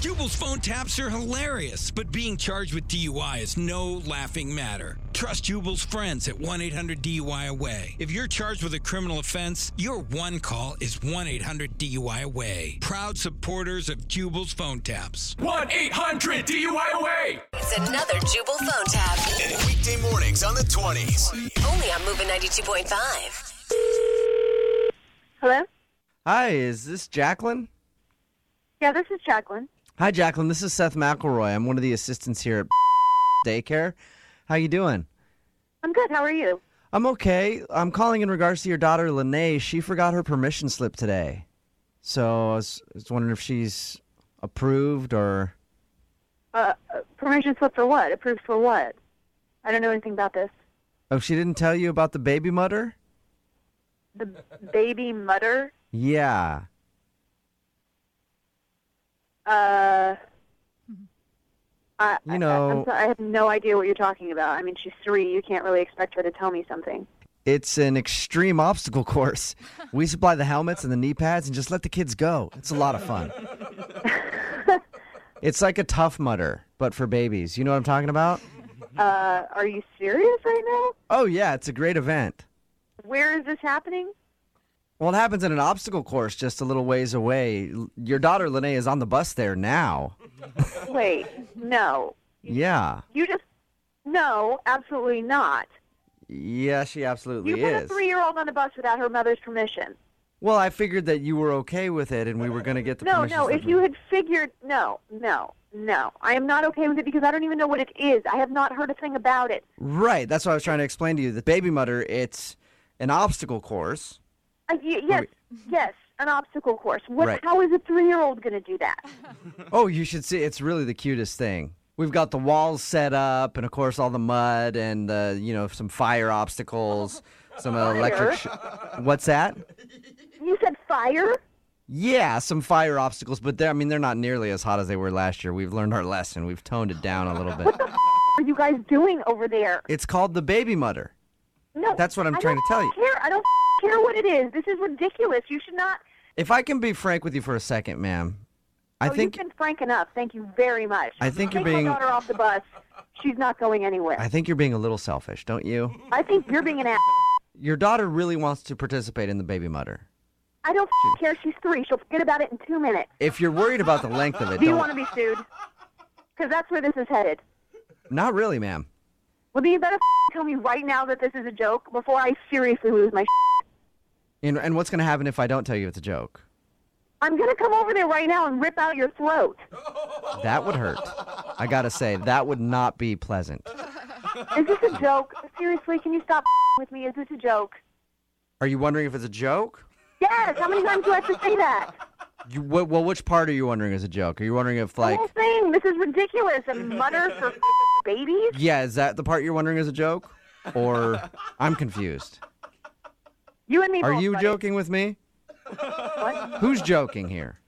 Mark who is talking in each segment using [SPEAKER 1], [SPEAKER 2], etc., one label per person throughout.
[SPEAKER 1] Jubal's phone taps are hilarious, but being charged with DUI is no laughing matter. Trust Jubal's friends at 1 800 DUI Away. If you're charged with a criminal offense, your one call is 1 800 DUI Away. Proud supporters of Jubal's phone taps.
[SPEAKER 2] 1 800 DUIOA!
[SPEAKER 3] It's another Jubal phone tab.
[SPEAKER 4] Weekday mornings on the 20s.
[SPEAKER 3] Only on Moving 92.5.
[SPEAKER 5] Hello?
[SPEAKER 6] Hi, is this Jacqueline?
[SPEAKER 5] Yeah, this is Jacqueline.
[SPEAKER 6] Hi, Jacqueline. This is Seth McElroy. I'm one of the assistants here at daycare. How you doing?
[SPEAKER 5] I'm good. How are you?
[SPEAKER 6] I'm okay. I'm calling in regards to your daughter, Lene. She forgot her permission slip today, so I was, I was wondering if she's approved or
[SPEAKER 5] Uh, uh, permission slip for what? Approved for what? I don't know anything about this.
[SPEAKER 6] oh, she didn't tell you about the baby mutter.
[SPEAKER 5] The baby mutter?
[SPEAKER 6] Yeah.
[SPEAKER 5] Uh, I,
[SPEAKER 6] You
[SPEAKER 5] I- I,
[SPEAKER 6] know-
[SPEAKER 5] am sorry, I have no idea what you're talking about. I mean, she's three. You can't really expect her to tell me something.
[SPEAKER 6] It's an extreme obstacle course. We supply the helmets and the knee pads and just let the kids go. It's a lot of fun. it's like a tough mutter, but for babies. You know what I'm talking about?
[SPEAKER 5] Uh, are you serious right
[SPEAKER 6] Oh, yeah, it's a great event.
[SPEAKER 5] now? Where is this happening?
[SPEAKER 6] Well, it happens in an obstacle course just a little ways away. L- Your daughter, Lene, is on the bus there now.
[SPEAKER 5] Wait, no.
[SPEAKER 6] Yeah.
[SPEAKER 5] You just. No, absolutely not.
[SPEAKER 6] Yeah, she absolutely
[SPEAKER 5] You put a
[SPEAKER 6] is.
[SPEAKER 5] three year old on a bus without her mother's permission.
[SPEAKER 6] Well, I figured that you were okay with it and we were going to get the
[SPEAKER 5] No,
[SPEAKER 6] permission
[SPEAKER 5] no.
[SPEAKER 6] slip
[SPEAKER 5] If you had figured, no, no, no. I am not okay with it because I don't even know what it is. I have not heard a thing about it.
[SPEAKER 6] Right. That's what I was trying to explain to you. The baby mutter, it's an obstacle course.
[SPEAKER 5] I, Uh, y- yes, yes, an obstacle course. What?
[SPEAKER 6] Right.
[SPEAKER 5] How is a three-year-old going to do that?
[SPEAKER 6] Oh, you should see. It's really the cutest thing. We've got the walls set up, and of course, all the mud and the you know some fire obstacles, some electric. Sh- What's that?
[SPEAKER 5] You said fire.
[SPEAKER 6] Yeah, some fire obstacles, but they're I mean they're not nearly as hot as they were last year. We've learned our lesson. We've toned it down a little bit.
[SPEAKER 5] What are you guys doing over there?
[SPEAKER 6] It's called the baby mutter.
[SPEAKER 5] No,
[SPEAKER 6] That's what I'm
[SPEAKER 5] I
[SPEAKER 6] trying to
[SPEAKER 5] don't
[SPEAKER 6] tell you.
[SPEAKER 5] Care. I don't care what it is. This is ridiculous. You should not.
[SPEAKER 6] If I can be frank with you for a second, ma'am, I
[SPEAKER 5] oh,
[SPEAKER 6] think
[SPEAKER 5] you've been frank enough. Thank you very much.
[SPEAKER 6] I think
[SPEAKER 5] Take
[SPEAKER 6] you're being-
[SPEAKER 5] my daughter off the bus. She's not going anywhere.
[SPEAKER 6] I think you're being a little selfish, don't you?
[SPEAKER 5] I think you're being an ass.
[SPEAKER 6] Your daughter really wants to participate in the baby mutter.
[SPEAKER 5] I don't care. She's three. She'll forget about it in two minutes.
[SPEAKER 6] If you're worried about the length of it,
[SPEAKER 5] Do you
[SPEAKER 6] don't-
[SPEAKER 5] want to be sued? Because that's where this is headed.
[SPEAKER 6] not really, ma'am.
[SPEAKER 5] Well, then you better f- tell me right now that this is a joke before I seriously lose my. Sh-
[SPEAKER 6] And, and what's going to happen if I don't tell you it's a joke?
[SPEAKER 5] I'm gonna come over there right now and rip out your throat.
[SPEAKER 6] That would hurt. I got to say, that would not be pleasant.
[SPEAKER 5] Is this a joke? Seriously, can you stop f- with me? Is this a joke?
[SPEAKER 6] Are you wondering if it's a joke?
[SPEAKER 5] Yes. How many times do I have to say that?
[SPEAKER 6] You, wh- well, which part are you wondering is a joke? Are you wondering if,
[SPEAKER 5] The
[SPEAKER 6] like,
[SPEAKER 5] whole thing. This is ridiculous. A mutter for f- babies.
[SPEAKER 6] yeah, is that the part you're wondering is a joke? Or I'm confused.
[SPEAKER 5] You and me.
[SPEAKER 6] Are
[SPEAKER 5] both,
[SPEAKER 6] you
[SPEAKER 5] buddy.
[SPEAKER 6] joking with me?
[SPEAKER 5] What?
[SPEAKER 6] Who's joking here?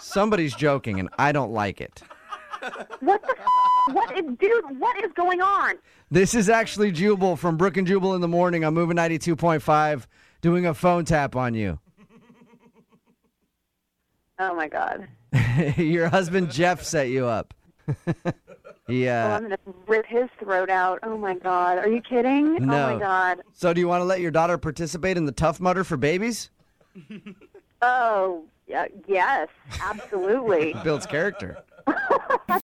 [SPEAKER 6] Somebody's joking, and I don't like it.
[SPEAKER 5] What the? F- what is, dude? What is going on?
[SPEAKER 6] This is actually Jubal from Brook and Jubal in the Morning on Moving 92.5 doing a phone tap on you.
[SPEAKER 5] Oh my God.
[SPEAKER 6] Your husband Jeff set you up. uh,
[SPEAKER 5] Oh,
[SPEAKER 6] yeah.
[SPEAKER 5] I'm gonna rip his throat out. Oh my God. Are you kidding? Oh
[SPEAKER 6] No.
[SPEAKER 5] my God.
[SPEAKER 6] So do you want to let your daughter participate in the Tough Mudder for babies?
[SPEAKER 5] Oh, yeah, yes, absolutely.
[SPEAKER 6] Builds character.